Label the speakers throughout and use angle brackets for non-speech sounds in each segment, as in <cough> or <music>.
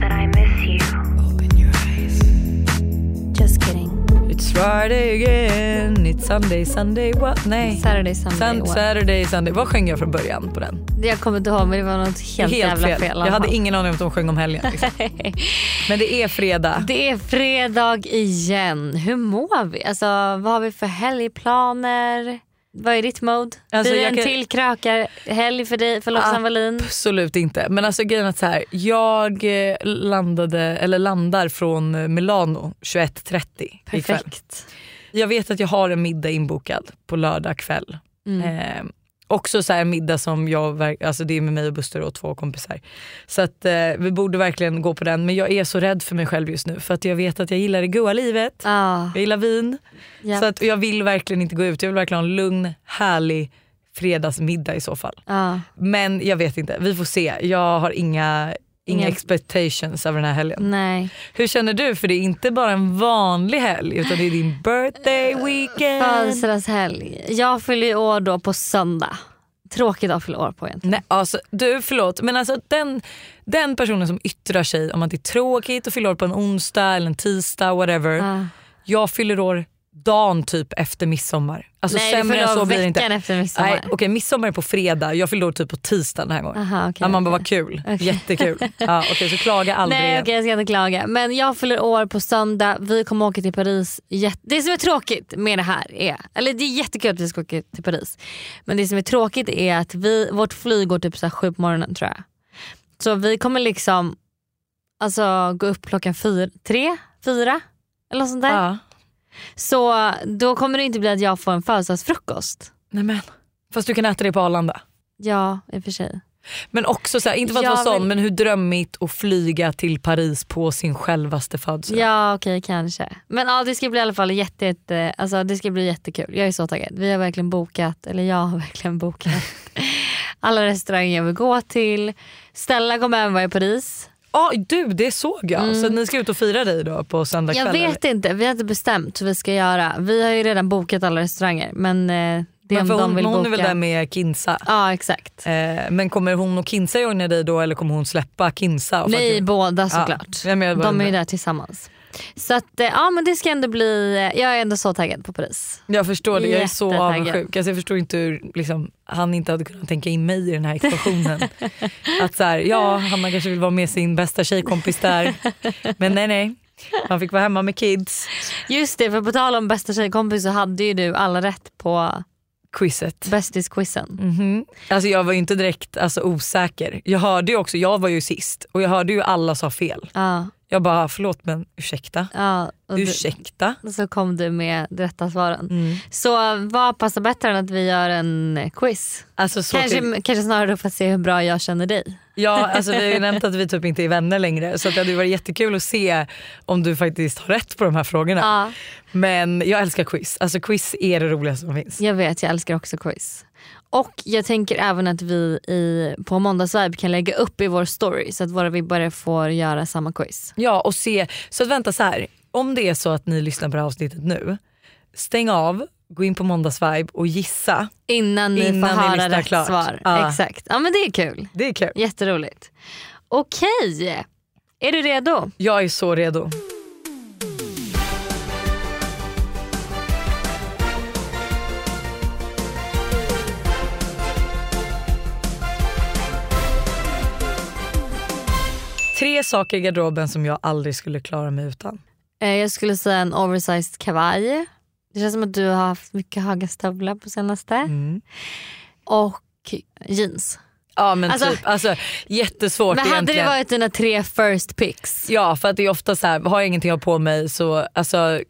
Speaker 1: that I miss you. Just kidding.
Speaker 2: It's Friday again, it's Sunday, Sunday, what? Nej.
Speaker 3: Saturday, Sunday.
Speaker 2: Sun-
Speaker 3: what?
Speaker 2: Saturday, Sunday. Vad sjöng jag från början på den?
Speaker 3: Det jag kommer inte ihåg men det var något helt, jävla fel. i alla
Speaker 2: jag hade
Speaker 3: fall.
Speaker 2: ingen aning om att de sjöng om helgen.
Speaker 3: <laughs>
Speaker 2: Liksom. Men det är fredag.
Speaker 3: det är fredag igen. Hur mår vi? Alltså, vad har vi för helgplaner? Vad är ditt mode?
Speaker 2: Alltså,
Speaker 3: Blir det
Speaker 2: jag
Speaker 3: en
Speaker 2: kan-
Speaker 3: till krökarhelg för dig, för Loxan Wallin?
Speaker 2: Absolut inte. Men alltså grejen är att så här, jag eh, landade, eller landar från eh, Milano 21.30 ikväll.
Speaker 3: Perfekt.
Speaker 2: Jag vet att jag har en middag inbokad på lördag kväll.
Speaker 3: Mm.
Speaker 2: Eh, också så här en middag som jag, verk- alltså det är med mig och Buster och två kompisar. Så att eh, vi borde verkligen gå på den men jag är så rädd för mig själv just nu för att jag vet att jag gillar det goa livet.
Speaker 3: Ja,
Speaker 2: Jag gillar vin.
Speaker 3: Ah. ja.
Speaker 2: Så att och jag vill verkligen inte gå ut, jag vill verkligen ha en lugn, härlig fredagsmiddag i så fall.
Speaker 3: ja.
Speaker 2: Men jag vet inte, vi får se. Jag har inga, inga
Speaker 3: Inga-
Speaker 2: expectations över den här helgen.
Speaker 3: Nej.
Speaker 2: Hur känner du? För det är inte bara en vanlig helg utan det är din birthday weekend.
Speaker 3: Alltså- Födelsedagshelg. Jag fyller ju år då på söndag. Tråkig dag att fylla år på egentligen.
Speaker 2: Nej, alltså, du förlåt men alltså den, den personen som yttrar sig om att det är tråkigt att fylla år på en onsdag eller en tisdag whatever.
Speaker 3: Ja.
Speaker 2: Jag fyller år dagen typ efter midsommar. Alltså
Speaker 3: Nej,
Speaker 2: sämre
Speaker 3: du
Speaker 2: än
Speaker 3: fyller
Speaker 2: så
Speaker 3: år
Speaker 2: blir det
Speaker 3: veckan
Speaker 2: inte.
Speaker 3: efter midsommar.
Speaker 2: Nej, okej, midsommar är på fredag, jag fyller år typ på tisdag den här gången.
Speaker 3: Aha, okej,
Speaker 2: ja, man bara
Speaker 3: okej.
Speaker 2: vad kul, jättekul. Ja, okej, så klaga aldrig
Speaker 3: Nej
Speaker 2: igen.
Speaker 3: okej jag ska inte klaga. Men jag fyller år på söndag, vi kommer åka till Paris. Jätte- Det som är tråkigt med det här är, eller det är jättekul att vi ska åka till Paris. Men det som är tråkigt är att vi, vårt flyg går typ så här sju på morgonen tror jag. Så vi kommer liksom alltså, gå upp klockan fyra, tre, fyra eller något sånt där.
Speaker 2: Ja.
Speaker 3: Så då kommer det inte bli att jag får en födelsedagsfrukost.
Speaker 2: Nej, men. Fast du kan äta det på Arlanda.
Speaker 3: Ja i och för sig.
Speaker 2: Men också så här, inte för att
Speaker 3: Jag
Speaker 2: vara sån
Speaker 3: vill-
Speaker 2: men hur drömmigt att flyga till Paris på sin självaste födelsedag.
Speaker 3: Ja okej kanske. Men ja, det ska bli i alla fall jätte, jätte, alltså, det ska bli jättekul. Jag är så taggad. Vi har verkligen bokat, eller jag har verkligen
Speaker 2: <laughs>
Speaker 3: bokat alla restauranger jag vill gå till. Stella kommer även vara i Paris.
Speaker 2: Ja du det såg jag. Så ni ska ut och fira dig då på söndag
Speaker 3: Mm. Jag
Speaker 2: kväll?
Speaker 3: vet inte, vi har inte bestämt hur vi ska göra. Vi har ju redan bokat alla restauranger men eh, det är
Speaker 2: Men
Speaker 3: om
Speaker 2: för
Speaker 3: de
Speaker 2: hon,
Speaker 3: vill
Speaker 2: hon
Speaker 3: boka.
Speaker 2: är väl där med Kinsa?
Speaker 3: Ja exakt.
Speaker 2: Eh, men kommer hon och Kinsa joina dig då eller kommer hon släppa Kinsa? och
Speaker 3: Nej
Speaker 2: faktiskt-
Speaker 3: båda såklart.
Speaker 2: Ja, men jag bara
Speaker 3: de är ju
Speaker 2: undrar.
Speaker 3: där tillsammans. Så att, eh, ja men det ska ändå bli, jag är ändå så taggad på Paris.
Speaker 2: Jag förstår det, jag är så
Speaker 3: Jättetaggad.
Speaker 2: avundsjuk. Alltså, jag förstår inte hur liksom, han inte hade kunnat tänka in mig i den
Speaker 3: <laughs>
Speaker 2: här ekvationen. att så här, ja, Hanna kanske vill vara med sin bästa tjejkompis där. Men nej nej, man fick vara hemma med kids.
Speaker 3: Just det, för på tal om bästa tjejkompis så hade ju du alla rätt på
Speaker 2: Quizet.
Speaker 3: bästisquizen.
Speaker 2: Mhm. Alltså jag var ju inte direkt alltså, osäker. Jag hörde ju också, jag var ju sist och jag hörde ju alla sa fel.
Speaker 3: Ja,
Speaker 2: Jag bara förlåt men ursäkta.
Speaker 3: ja, och du,
Speaker 2: Ursäkta. Mm.
Speaker 3: så kom du med de rätta svaren. Så vad passar bättre än att vi gör en quiz?
Speaker 2: Alltså, så
Speaker 3: Kanske,
Speaker 2: till-
Speaker 3: kanske snarare för att se hur bra jag känner dig.
Speaker 2: Ja, alltså vi har ju nämnt att vi typ inte är vänner längre så att det hade ju varit jättekul att se om du faktiskt har rätt på de här frågorna.
Speaker 3: Ja,
Speaker 2: Men jag älskar quiz. Alltså quiz är det roligaste som finns.
Speaker 3: jag vet, jag älskar också quiz. Och jag tänker även att vi i, på måndagsvibe kan lägga upp i vår story så att våra vibbare får göra samma quiz.
Speaker 2: Ja och se, så att vänta så här. om det är så att ni lyssnar på det här avsnittet nu, stäng av, gå in på måndagsvibe och gissa.
Speaker 3: Innan ni
Speaker 2: Innan
Speaker 3: får
Speaker 2: ni
Speaker 3: höra
Speaker 2: lyssnar
Speaker 3: rätt
Speaker 2: klart.
Speaker 3: svar.
Speaker 2: Ja.
Speaker 3: Exakt. Ja men det är kul.
Speaker 2: Det är kul.
Speaker 3: Jätteroligt. Okej, är du redo?
Speaker 2: Jag är så redo. Tre saker i garderoben som jag aldrig skulle klara mig utan.
Speaker 3: Eh, Jag skulle säga en oversized kavaj. Det känns som att du har haft mycket höga stövlar på senaste.
Speaker 2: Mm.
Speaker 3: Och jeans.
Speaker 2: Ja men
Speaker 3: Alltså-
Speaker 2: typ, alltså, jättesvårt
Speaker 3: Men hade det
Speaker 2: egentligen.
Speaker 3: varit dina tre first picks?
Speaker 2: Ja för att det är ofta så här, har jag ingenting att ha på mig så alltså,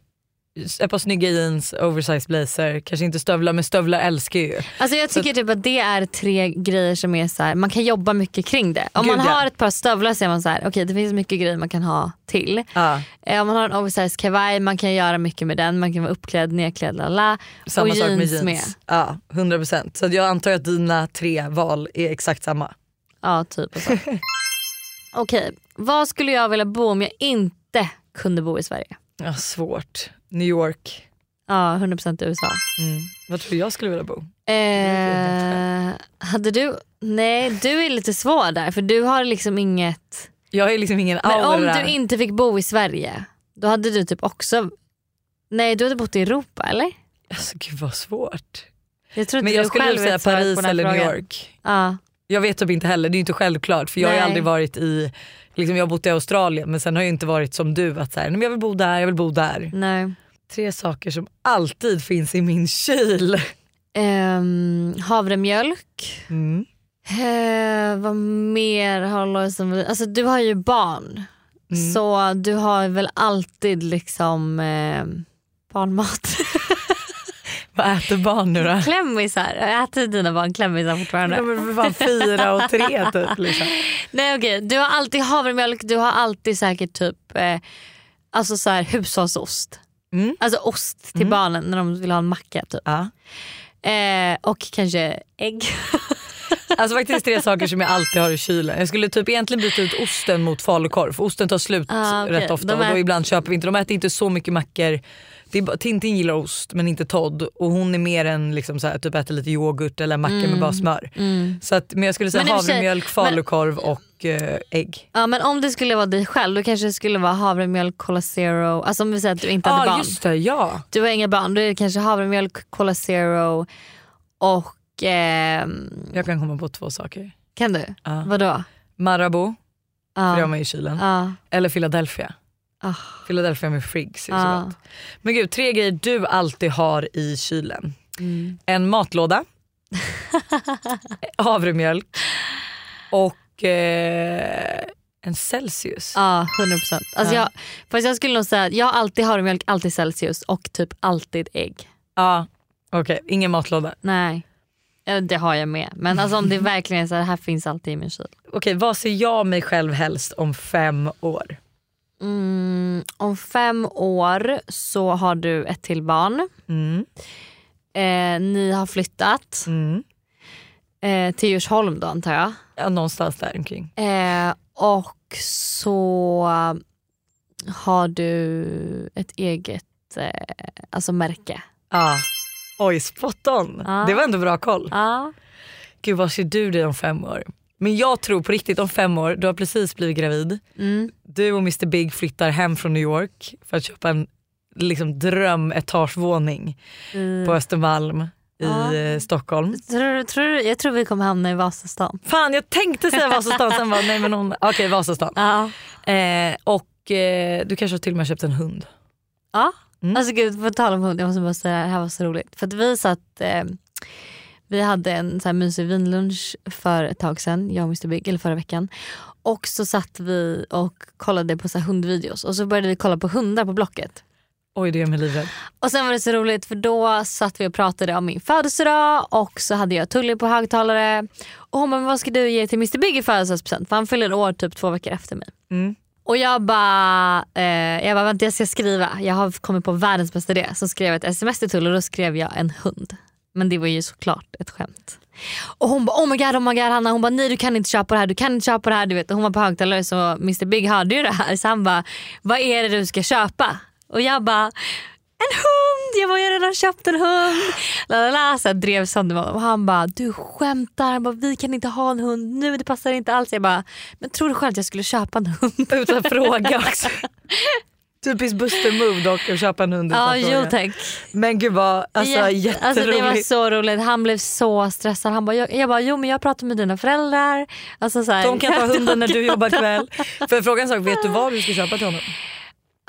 Speaker 2: ett par snygga jeans, oversized blazer, kanske inte stövlar men stövlar älskar jag ju.
Speaker 3: Alltså jag tycker typ att det är tre grejer som är så här, man kan jobba mycket kring det. Om
Speaker 2: Gud,
Speaker 3: man
Speaker 2: ja.
Speaker 3: har ett par stövlar så är man så här, okej det finns mycket grejer man kan ha till.
Speaker 2: Ja.
Speaker 3: Eh, Om man har en oversized kavaj, man kan göra mycket med den. Man kan vara uppklädd, nedklädd, lala.
Speaker 2: Samma
Speaker 3: och
Speaker 2: sak
Speaker 3: jeans
Speaker 2: med jeans. Ja, 100%. Så att jag antar att dina tre val är exakt samma.
Speaker 3: Ja, typ. och så.
Speaker 2: <laughs>
Speaker 3: Okej, vad skulle jag vilja bo om jag inte kunde bo i Sverige?
Speaker 2: Ja, svårt. New York.
Speaker 3: Ja, 100% USA.
Speaker 2: Mm. Vad tror du jag skulle vilja bo?
Speaker 3: Eh, hade du... Nej, du är lite svår där för du har liksom inget...
Speaker 2: Jag är liksom ingen
Speaker 3: Men
Speaker 2: aura.
Speaker 3: om du inte fick bo i Sverige, då hade du typ också... Nej, du hade bott i Europa eller?
Speaker 2: Alltså gud vad svårt.
Speaker 3: Jag tror inte
Speaker 2: Men jag
Speaker 3: du
Speaker 2: skulle
Speaker 3: själv
Speaker 2: ju säga
Speaker 3: vet svaret på
Speaker 2: Paris
Speaker 3: den här
Speaker 2: eller New
Speaker 3: frågan.
Speaker 2: York.
Speaker 3: Ja.
Speaker 2: Jag vet typ inte heller, det är ju inte självklart för jag har
Speaker 3: Nej.
Speaker 2: ju aldrig varit i, liksom jag har bott i Australien men sen har jag ju inte varit som du att så här, "Nej, men jag vill bo där, jag vill bo där.
Speaker 3: Nej.
Speaker 2: Tre saker som alltid finns i min kyl. <laughs>
Speaker 3: Ehm, havremjölk.
Speaker 2: Mm.
Speaker 3: Eh, vad mer har Lojsan... Alltså du har ju barn.
Speaker 2: Mm.
Speaker 3: Så du har väl alltid liksom eh,
Speaker 2: <laughs>
Speaker 3: barnmat.
Speaker 2: Vad äter barn nu då?
Speaker 3: klämmisar. Äter dina barn klämmisar fortfarande?
Speaker 2: De är för fan fyra och tre typ. Liksom.
Speaker 3: Nej okej, du har alltid havremjölk, du har alltid säkert typ eh, alltså så här, hushållsost.
Speaker 2: Mm.
Speaker 3: Alltså ost till barnen när de vill ha en macka typ.
Speaker 2: Ja.
Speaker 3: Eh, och kanske ägg.
Speaker 2: Alltså faktiskt tre saker som jag alltid har i kylen. Jag skulle typ egentligen byta ut osten mot falukorv för osten tar slut
Speaker 3: Ah, okej.
Speaker 2: rätt ofta
Speaker 3: De
Speaker 2: och
Speaker 3: ät-
Speaker 2: då ibland köper vi inte. De äter inte så mycket mackor. Det är bara, Tintin gillar ost men inte Todd och hon är mer än liksom så här, typ äter lite yoghurt eller macka med bara smör. Så att, men jag skulle säga
Speaker 3: Mm. Men i och för sig-
Speaker 2: havremjölk, falukorv och eh, ägg.
Speaker 3: Ja men om det skulle vara dig själv då kanske det skulle vara havremjölk, Cola Zero. Alltså om vi säger att du inte
Speaker 2: Ja
Speaker 3: hade
Speaker 2: ah,
Speaker 3: barn.
Speaker 2: just det, ja.
Speaker 3: Du har inga barn, då är det kanske havremjölk, Cola Zero och... ehm,
Speaker 2: Jag kan komma på två saker.
Speaker 3: kan du?
Speaker 2: Ja.
Speaker 3: Vadå?
Speaker 2: Marabou, för det har
Speaker 3: Ja.
Speaker 2: man i kylen.
Speaker 3: Ja.
Speaker 2: Eller Philadelphia.
Speaker 3: Ah.
Speaker 2: Philadelphia med Friggs är så
Speaker 3: Ja.
Speaker 2: gott. Men gud, tre grejer du alltid har i kylen. En matlåda, havremjölk och eh, en Celsius.
Speaker 3: Ja, 100 procent. Alltså
Speaker 2: Ja.
Speaker 3: jag, fast jag skulle nog säga att jag har alltid havremjölk, alltid Celsius och typ alltid ägg.
Speaker 2: Ja, Okej, ingen matlåda.
Speaker 3: Nej. Eller det har jag med. Men alltså
Speaker 2: <laughs>
Speaker 3: om det verkligen är så här, det här finns alltid i min kyl.
Speaker 2: Okej, vad ser jag mig själv helst om fem år?
Speaker 3: Mm, om fem år så har du ett till barn.
Speaker 2: Mm,
Speaker 3: Eh, ni har flyttat
Speaker 2: mm.
Speaker 3: eh, till Djursholm då antar jag.
Speaker 2: Ja, någonstans där omkring.
Speaker 3: Eh, och så har du ett eget eh, alltså märke.
Speaker 2: Ja. Oj, spot on.
Speaker 3: Ja.
Speaker 2: Det var ändå bra koll.
Speaker 3: Ja.
Speaker 2: Gud, vad ser du dig om fem år? Men jag tror på riktigt om fem år, du har precis blivit gravid.
Speaker 3: Mm.
Speaker 2: Du och Mr Big flyttar hem från New York för att köpa en liksom, drömetagevåning på Östermalm
Speaker 3: Mm. Ja.
Speaker 2: i eh, Stockholm.
Speaker 3: Tror, du- tror, du- jag tror vi kommer hamna i Vasastan.
Speaker 2: Fan jag tänkte säga Vasastan sen bara nej men hon, <laughs> okej Vasastan.
Speaker 3: Ja.
Speaker 2: Eh, och eh, du kanske har till och med köpt en hund.
Speaker 3: ja.
Speaker 2: Mm.
Speaker 3: Alltså gud, på tal om hund, jag måste bara säga det här, det här var så roligt. För att vi satt, eh, vi hade en så här mysig vinlunch för ett tag sedan, jag och Mr Big, eller förra veckan. Och så satt vi och kollade på så här hundvideos och så började vi kolla på hundar på Blocket.
Speaker 2: Oj det gör mig livrädd.
Speaker 3: Och sen var det så roligt för då satt vi och pratade om min födelsedag och så hade jag Tully på högtalare. Och hon bara, "Men vad ska du ge till Mr Big i födelsedagspresent? För han fyller år typ två veckor efter mig.
Speaker 2: Mm.
Speaker 3: Och jag bara, eh, jag bara, vänta jag ska skriva. Jag har kommit på världens bästa idé. Så skrev jag ett sms till Tull och då skrev jag en hund. Men det var ju såklart ett skämt. Och hon bara, oh my god, oh my god Hanna. Hon bara, nej du kan inte köpa det här, du kan inte köpa det här. Du vet. Och hon var på högtalare så Mr Big hörde ju det här. Så han bara, vad är det du ska köpa? Och jag bara, en hund! Jag bara, jag har redan köpt en hund. La, la, la. Så jag drev sönder honom. Och han bara, du skämtar. Han bara, vi kan inte ha en hund nu, det passar inte alls. Jag bara, men tror du själv att jag skulle köpa en hund?
Speaker 2: Utan fråga också. <laughs> Typiskt Buster Move dock att köpa en hund utan
Speaker 3: Ja, jo
Speaker 2: fråga.
Speaker 3: tack.
Speaker 2: Men gud vad alltså,
Speaker 3: Jätte-
Speaker 2: jätteroligt.
Speaker 3: alltså det var så roligt. Han blev så stressad. Han bara, jag, jag bara, jo men jag pratar med dina föräldrar. Alltså, så här, <laughs>
Speaker 2: De kan ta hunden när du jobbar
Speaker 3: ta-
Speaker 2: kväll. <laughs> För jag frågade en sak, vet du vad du ska köpa till honom?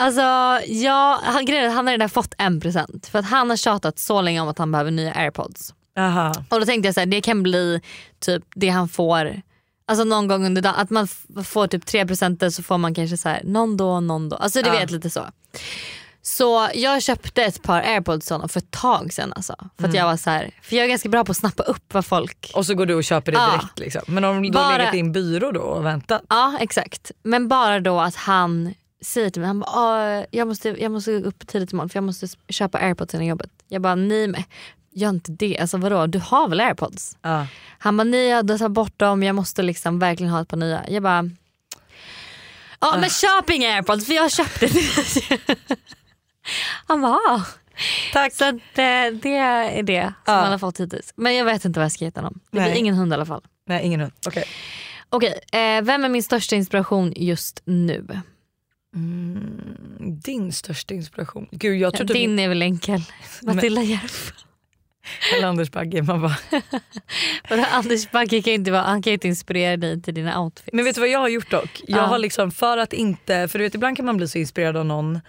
Speaker 3: Alltså, jag, han, grejen är att han har redan fått en present. För att han har tjatat så länge om att han behöver nya airpods.
Speaker 2: Aha.
Speaker 3: Och då tänkte jag så här, det kan bli typ det han får Alltså någon gång under dagen, att man f- får typ 3 så får man kanske så här, någon då, någon då. Alltså du
Speaker 2: Ja.
Speaker 3: vet lite så. Så jag köpte ett par airpods till honom för ett tag sedan. Alltså, för, att jag var så här, för jag är ganska bra på att snappa upp vad folk...
Speaker 2: Mm. Och så går du och köper det
Speaker 3: Ja.
Speaker 2: direkt liksom. Men om du
Speaker 3: Bara-
Speaker 2: har legat i en byrå då och väntat.
Speaker 3: Ja exakt. Men bara då att han säger till mig, han bara, "Ah, jag, måste, jag måste gå upp tidigt imorgon för jag måste s- köpa airpods innan jobbet. Jag bara, nej men gör inte det. Alltså vadå, du har väl airpods?
Speaker 2: Ja.
Speaker 3: Han bara, nej jag tar bort dem, jag måste liksom verkligen ha ett par nya. Jag bara, ja
Speaker 2: Ah.
Speaker 3: men köp inga airpods för jag köpte det. <laughs> han bara, "Ah."
Speaker 2: Tack. Ah.
Speaker 3: Så att, eh, det är det som han har fått hittills. Men jag vet inte vad jag ska heta honom. Det blir
Speaker 2: Nej.
Speaker 3: ingen hund i alla fall.
Speaker 2: Nej ingen hund. Okej.
Speaker 3: Okej, eh, vem är min största inspiration just nu?
Speaker 2: Din största inspiration? Gud jag tror typ
Speaker 3: Din är väl
Speaker 2: <laughs>
Speaker 3: enkel. Matilda Järf.
Speaker 2: Eller Anders Bagge. Man bara.
Speaker 3: Vadå, Anders Bagge kan ju inte, vara, han kan ju inte inspirera dig till dina outfits.
Speaker 2: Men vet du vad jag har gjort dock? Jag
Speaker 3: Ja.
Speaker 2: har liksom för att inte, för du vet ibland kan man bli så inspirerad av någon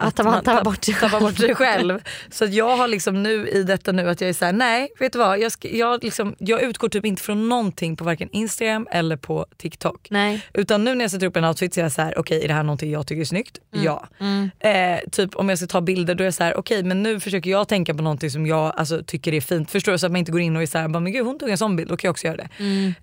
Speaker 3: Att man tappar bort sig
Speaker 2: tappar
Speaker 3: själv.
Speaker 2: bort sig själv. Så att jag har liksom nu i detta nu att jag är såhär, nej vet du vad? Jag, ska, jag, liksom, jag utgår typ inte från någonting på varken Instagram eller på TikTok.
Speaker 3: Nej.
Speaker 2: Utan nu när jag sätter upp en outfit så är jag så här: okej är det här någonting jag tycker är snyggt?
Speaker 3: Mm.
Speaker 2: Ja. Eh, typ om jag ska ta bilder då är jag så här: okej men nu försöker jag tänka på någonting som jag alltså, tycker är fint. Förstår du? Så att man inte går in och är såhär, men gud hon tog en sån bild, då kan jag också göra det.
Speaker 3: Mm.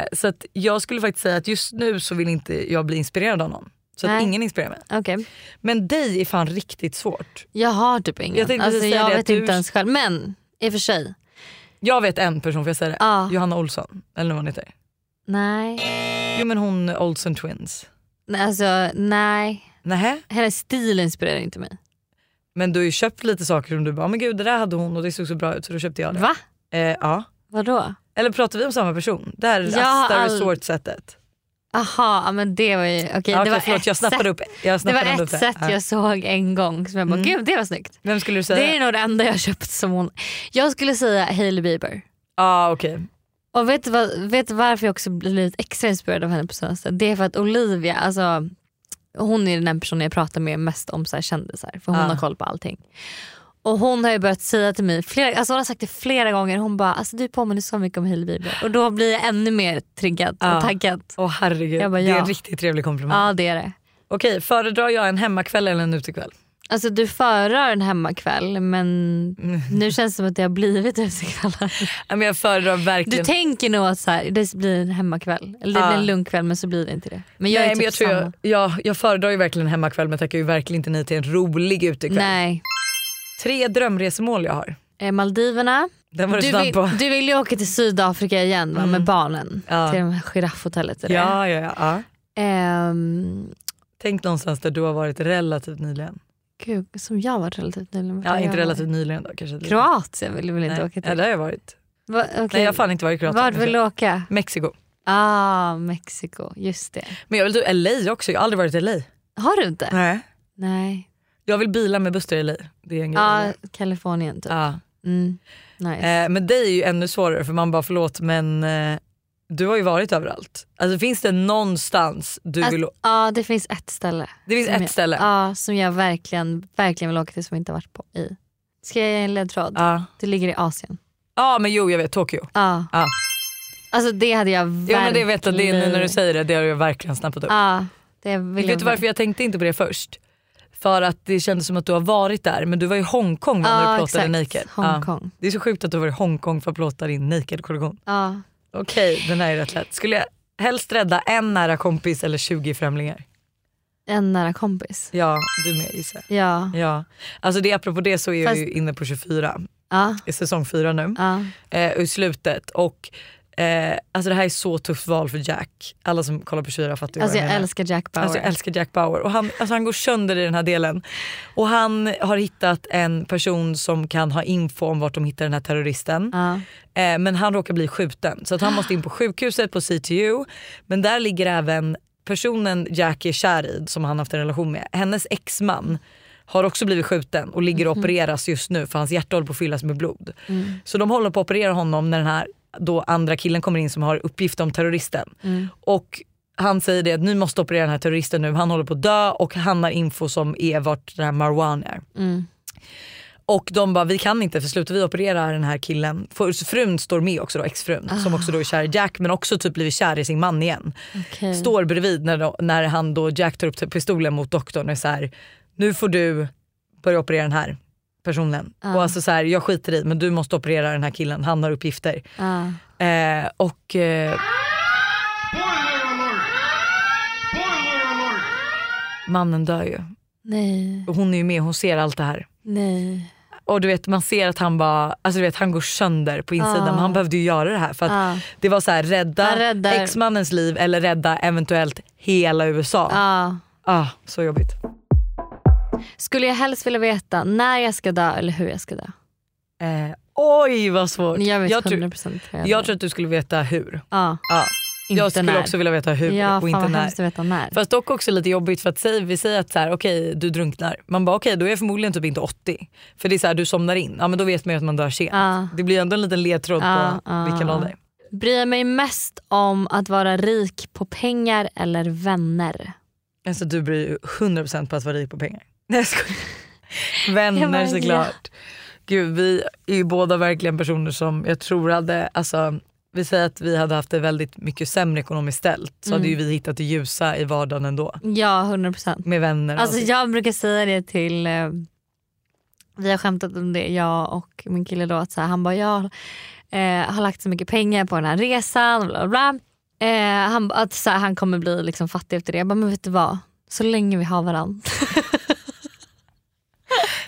Speaker 2: Eh, så att jag skulle faktiskt säga att just nu så vill inte jag bli inspirerad av någon. Så att
Speaker 3: Nej.
Speaker 2: ingen inspirerar mig.
Speaker 3: Okej,
Speaker 2: Men dig är fan riktigt svårt.
Speaker 3: jag har typ ingen.
Speaker 2: Jag
Speaker 3: Jag,
Speaker 2: tänkte
Speaker 3: alltså,
Speaker 2: säga
Speaker 3: jag
Speaker 2: det,
Speaker 3: vet
Speaker 2: att du-
Speaker 3: inte ens själv. Men i och för sig,
Speaker 2: Jag vet en person, får jag säga det?
Speaker 3: Ja.
Speaker 2: Johanna Olsson, eller vad hon heter.
Speaker 3: nej.
Speaker 2: Jo men hon Olsen Twins.
Speaker 3: nej. Alltså nej.
Speaker 2: Nähä?
Speaker 3: Hennes stil inspirerar inte mig.
Speaker 2: Men du har ju köpt lite saker som du bara, men gud det där hade hon och det såg så bra ut så då köpte jag det.
Speaker 3: Va?
Speaker 2: Eh, ja.
Speaker 3: Vadå?
Speaker 2: Eller pratar vi om samma person? Det här
Speaker 3: Jag har
Speaker 2: Asta
Speaker 3: all-
Speaker 2: Resort-sättet.
Speaker 3: Aha, ja, men det var ju... Okej,
Speaker 2: Ja,
Speaker 3: det
Speaker 2: okej,
Speaker 3: var
Speaker 2: förlåt,
Speaker 3: ett
Speaker 2: jag snappade
Speaker 3: sätt.
Speaker 2: upp jag
Speaker 3: Det
Speaker 2: snappade
Speaker 3: var
Speaker 2: ändå
Speaker 3: ett
Speaker 2: upp
Speaker 3: sätt
Speaker 2: Ja. Mm.
Speaker 3: jag såg en gång som jag bara, gud det var snyggt.
Speaker 2: Vem skulle du säga?
Speaker 3: Det är nog det enda jag köpt som hon... Jag skulle säga Hailey Bieber.
Speaker 2: ah, okej.
Speaker 3: Och vet du, vad, vet du varför jag också blivit extra inspirerad av henne på senaste? Det är för att Olivia, alltså, hon är den personen jag pratar med mest om så här, kändisar. För hon
Speaker 2: Ja.
Speaker 3: har koll på allting. Och hon har ju börjat säga till mig, flera, alltså hon har sagt det flera gånger, hon bara alltså du påminner så mycket om Hailey Bieber. Och då blir jag ännu mer triggad
Speaker 2: Ja.
Speaker 3: och taggad.
Speaker 2: Åh herregud,
Speaker 3: Jag bara,
Speaker 2: det är en
Speaker 3: ja.
Speaker 2: riktigt trevlig komplimang.
Speaker 3: Ja det är det.
Speaker 2: Okej, föredrar jag en hemmakväll eller en utekväll?
Speaker 3: Alltså du föredrar en hemmakväll men
Speaker 2: Mm.
Speaker 3: nu känns det som att det har blivit utekvällar.
Speaker 2: Nej, men jag föredrar
Speaker 3: Du
Speaker 2: verkligen...
Speaker 3: tänker nog att så här, det blir en hemmakväll. Eller det
Speaker 2: Ja.
Speaker 3: blir en lugnkväll men så blir det inte det. Men jag
Speaker 2: Nej,
Speaker 3: är typ
Speaker 2: men jag, tror
Speaker 3: samma.
Speaker 2: jag, ja, jag föredrar ju verkligen en hemmakväll men tackar ju verkligen inte nej till en rolig utekväll.
Speaker 3: Nej.
Speaker 2: Tre drömresmål jag har.
Speaker 3: Eh, Maldiverna.
Speaker 2: Den var du
Speaker 3: Du
Speaker 2: snabb
Speaker 3: vill,
Speaker 2: på. Mm.
Speaker 3: du vill ju åka till Sydafrika igen va, med barnen.
Speaker 2: Ja.
Speaker 3: Till de här giraffhotellet. och det.
Speaker 2: Ja, ja, ja, ja.
Speaker 3: Ehm,
Speaker 2: Tänk någonstans där du har varit relativt nyligen.
Speaker 3: gud, som jag har varit relativt nyligen. Vart
Speaker 2: Ja,
Speaker 3: har jag
Speaker 2: inte
Speaker 3: varit?
Speaker 2: relativt nyligen då kanske. lite-
Speaker 3: Kroatien vill du väl inte
Speaker 2: Nej.
Speaker 3: åka
Speaker 2: Ja,
Speaker 3: till?
Speaker 2: det har jag varit.
Speaker 3: Va, okej.
Speaker 2: Nej jag har fan inte varit i Kroatien. Alltså,
Speaker 3: Vart vill du åka?
Speaker 2: Mexiko.
Speaker 3: Ah, Mexiko. Just det.
Speaker 2: Men jag vill typ LA också, jag har aldrig varit i LA.
Speaker 3: Har du inte?
Speaker 2: Nej.
Speaker 3: Nej.
Speaker 2: Jag vill bila med Buster i LA. Det är en grej.
Speaker 3: Ja, Ah, Kalifornien typ.
Speaker 2: Ja.
Speaker 3: Mm. Nice.
Speaker 2: Eh, men det är ju ännu svårare för man bara förlåt men eh, du har ju varit överallt. Alltså finns det någonstans du
Speaker 3: Alltså,
Speaker 2: vill å-
Speaker 3: Ja, det finns ett ställe.
Speaker 2: Det finns
Speaker 3: som
Speaker 2: ett
Speaker 3: jag-
Speaker 2: ställe.
Speaker 3: Ja, som jag verkligen, verkligen vill åka till som jag inte har varit på i. Ska jag ge en ledtråd?
Speaker 2: Ja
Speaker 3: Det ligger i Asien.
Speaker 2: Ja, men jo jag vet, Tokyo.
Speaker 3: Ja.
Speaker 2: Ja.
Speaker 3: Alltså det hade jag
Speaker 2: Jo
Speaker 3: verkligen...
Speaker 2: men det vet jag, det är, nu när du säger det, det har jag verkligen snappat upp.
Speaker 3: Ja, det vill
Speaker 2: vet du varför jag tänkte inte på det först? För att det kändes som att du har varit där men du var i Hongkong va, när
Speaker 3: Ja,
Speaker 2: du plåtade
Speaker 3: exakt.
Speaker 2: Naked.
Speaker 3: Hongkong.
Speaker 2: Det är så sjukt att du var i Hongkong för att plåta din Naked-kollektion.
Speaker 3: Ja.
Speaker 2: Okej, den här är rätt lätt. Skulle jag helst rädda en nära kompis eller 20 främlingar?
Speaker 3: En nära kompis.
Speaker 2: Ja, du med gissar jag.
Speaker 3: Ja.
Speaker 2: Ja, alltså det apropå det så är
Speaker 3: Fast-
Speaker 2: jag ju inne på 24,
Speaker 3: Ja.
Speaker 2: i säsong 4 nu,
Speaker 3: ja.
Speaker 2: eh, i slutet och eh, alltså det här är så tufft val för Jack. Alla som kollar på 24 fattar ju
Speaker 3: Alltså
Speaker 2: vad jag
Speaker 3: jag
Speaker 2: menar.
Speaker 3: älskar Jack Bauer.
Speaker 2: Alltså jag älskar Jack Bauer och han, alltså han går sönder i den här delen. Och han har hittat en person som kan ha info om vart de hittar den här terroristen.
Speaker 3: Ja.
Speaker 2: Eh, men han råkar bli skjuten så att han måste in på sjukhuset på CTU. Men där ligger även personen Jack är kär i som han haft en relation med. Hennes exman har också blivit skjuten och ligger
Speaker 3: Mhm.
Speaker 2: och opereras just nu för hans hjärta håller på att fyllas med blod.
Speaker 3: Mm.
Speaker 2: Så de håller på att operera honom när den här då andra killen kommer in som har uppgift om terroristen.
Speaker 3: Mm.
Speaker 2: Och han säger det att ni måste operera den här terroristen nu, han håller på att dö och han har info som är vart den här Marwan är. Och de bara vi kan inte för slutar vi operera den här killen, för frun står med också då, exfrun som också då är kär i Jack men också typ blivit kär i sin man igen.
Speaker 3: Okej.
Speaker 2: Står bredvid när, då, när han då Jack tar upp pistolen mot doktorn och är så här, nu får du börja operera den här personen. Och alltså så här, jag skiter i men du måste operera den här killen, han har uppgifter.
Speaker 3: Ja.
Speaker 2: Eh, och eh, mannen dör ju.
Speaker 3: Nej,
Speaker 2: Och hon är ju med, hon ser allt det här.
Speaker 3: nej.
Speaker 2: Och du vet man ser att han bara, alltså du vet han går sönder på insidan
Speaker 3: Ja.
Speaker 2: men han behövde ju göra det här för att
Speaker 3: Ja.
Speaker 2: det var så här
Speaker 3: Ah. Han
Speaker 2: rädda
Speaker 3: räddar-
Speaker 2: exmannens liv eller rädda eventuellt hela USA.
Speaker 3: Ja.
Speaker 2: Ah, så jobbigt.
Speaker 3: Skulle jag helst vilja veta när jag ska dö eller hur jag ska dö?
Speaker 2: Eh, oj vad svårt.
Speaker 3: Jag vet
Speaker 2: jag, tror,
Speaker 3: 100% hur jag,
Speaker 2: jag
Speaker 3: dör.
Speaker 2: tror att du skulle veta hur.
Speaker 3: ja.
Speaker 2: Ja.
Speaker 3: Inte
Speaker 2: Jag skulle
Speaker 3: när.
Speaker 2: också vilja veta hur
Speaker 3: Ja,
Speaker 2: och
Speaker 3: fan
Speaker 2: inte
Speaker 3: vad
Speaker 2: när.
Speaker 3: hemskt att veta när.
Speaker 2: Fast dock också lite jobbigt för att säg, vi säger att så här, okej, du drunknar. Man bara okej då är jag förmodligen typ inte 80. För det är så här, du somnar in, ja, men då vet man ju att man dör sent.
Speaker 3: Ja.
Speaker 2: Det blir ändå en liten ledtråd
Speaker 3: Ja,
Speaker 2: på
Speaker 3: ja,
Speaker 2: vilka
Speaker 3: ja.
Speaker 2: lådor.
Speaker 3: Bryr jag mig mest om att vara rik på pengar eller vänner?
Speaker 2: Alltså du bryr ju 100% på att vara rik på pengar. Nej jag skojar.
Speaker 3: Jag
Speaker 2: Vänner
Speaker 3: bara,
Speaker 2: såklart. Gud vi är ju båda verkligen personer som jag tror hade, alltså vi säger att vi hade haft det väldigt mycket sämre ekonomiskt ställt så hade ju vi hittat det ljusa i vardagen ändå.
Speaker 3: Ja, 100 procent.
Speaker 2: Med vänner och
Speaker 3: Alltså,
Speaker 2: allt.
Speaker 3: jag brukar säga det till, eh, vi har skämtat om det jag och min kille då, att så här, han bara jag eh, har lagt så mycket pengar på den här resan. Bla bla bla. Eh, han, att så här, han kommer bli liksom fattig efter det. Jag bara, men vet du vad? Så länge vi har varandra.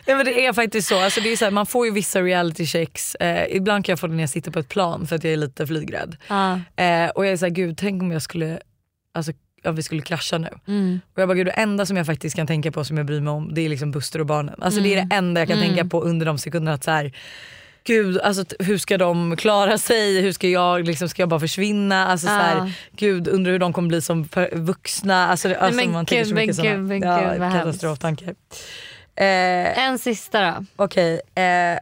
Speaker 2: Ja, men det är faktiskt så. Alltså, det är så här, man får ju vissa reality checks. Eh, ibland kan jag få det när jag sitter på ett plan för att jag är lite flygrädd.
Speaker 3: Ja.
Speaker 2: Eh, och jag är såhär, gud tänk om jag skulle, alltså, om vi skulle krascha nu.
Speaker 3: Mm.
Speaker 2: Och jag bara, gud det enda som jag faktiskt kan tänka på som jag bryr mig om det är liksom Buster och barnen. Alltså det är
Speaker 3: Mm.
Speaker 2: det enda jag kan tänka på under de sekunderna att så här, gud alltså t- hur ska de klara sig? Hur ska jag, liksom, ska jag bara försvinna? Alltså så
Speaker 3: Ja.
Speaker 2: här, gud undrar hur de kommer bli som per- vuxna. Alltså, det, alltså
Speaker 3: men
Speaker 2: man tänker så
Speaker 3: gud,
Speaker 2: mycket
Speaker 3: men
Speaker 2: sådana
Speaker 3: gud, men gud,
Speaker 2: ja,
Speaker 3: vad
Speaker 2: katastroftankar. Eh,
Speaker 3: En sista då.
Speaker 2: Okej, eh,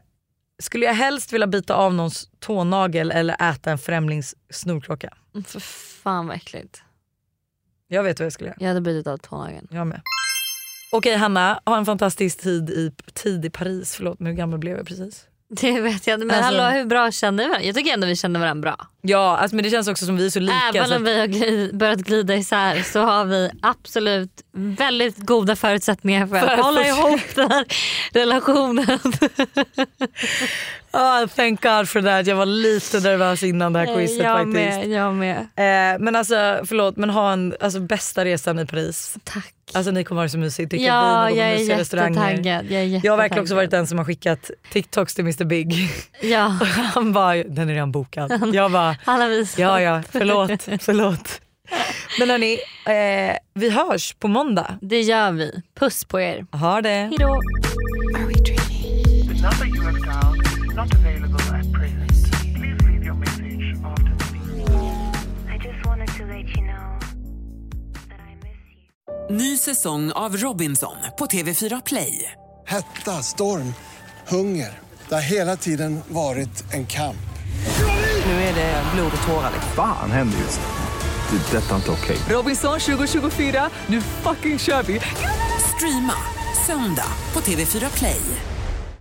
Speaker 2: skulle jag helst vilja bita av någons tånagel eller äta en främlings snorkråka?
Speaker 3: För fan vad äckligt.
Speaker 2: Jag vet vad jag skulle göra.
Speaker 3: Jag hade bytt av tånageln.
Speaker 2: Jag med. Okej Hanna, ha en fantastisk tid i, tid i Paris. Förlåt men hur gammal blev jag precis?
Speaker 3: Det vet jag inte. Men
Speaker 2: Alltså-
Speaker 3: hallå hur bra känner vi varandra? Jag tycker ändå vi känner varandra bra.
Speaker 2: Ja alltså, men det känns också som vi är så lika.
Speaker 3: Även
Speaker 2: Så
Speaker 3: om
Speaker 2: att,
Speaker 3: vi har glid, börjat glida isär så har vi absolut väldigt goda förutsättningar för att,
Speaker 2: För att
Speaker 3: hålla
Speaker 2: försöka-
Speaker 3: ihop den här relationen.
Speaker 2: Ah, thank God for that. Jag var lite nervös innan det här quizet
Speaker 3: Eh, jag
Speaker 2: faktiskt.
Speaker 3: med, jag med.
Speaker 2: Eh, men alltså förlåt men ha en, alltså, bästa resan i Paris.
Speaker 3: Tack.
Speaker 2: Alltså ni kommer ha det så mysigt, dricka
Speaker 3: ja,
Speaker 2: vin och gå
Speaker 3: jag
Speaker 2: på
Speaker 3: är
Speaker 2: mysiga restauranger.
Speaker 3: jättetaggad. Jag, är
Speaker 2: Jag har verkligen också varit
Speaker 3: jättetaggad.
Speaker 2: den som har skickat TikToks till Mr Big.
Speaker 3: Ja,
Speaker 2: <laughs> Han bara, den är redan bokad. Jag bara,
Speaker 3: han har visat.
Speaker 2: ja ja, förlåt, förlåt. Men hörni, eh, vi hörs på måndag.
Speaker 3: Det gör vi. Puss på er.
Speaker 2: Ha det.
Speaker 3: Hejdå.
Speaker 4: The number you have dialed, not available at present. Please leave your message after the beep.
Speaker 1: I just wanted to let you know that I miss you.
Speaker 5: Ny säsong av Robinson på TV4 Play.
Speaker 6: Hetta, storm, hunger. Det har hela tiden varit en kamp.
Speaker 5: Nu är det blod och tårar.
Speaker 7: Fan händer just nu. Det. är Detta är inte okej.
Speaker 5: Robinson 2024, nu fucking kör vi! Streama söndag på TV4 Play.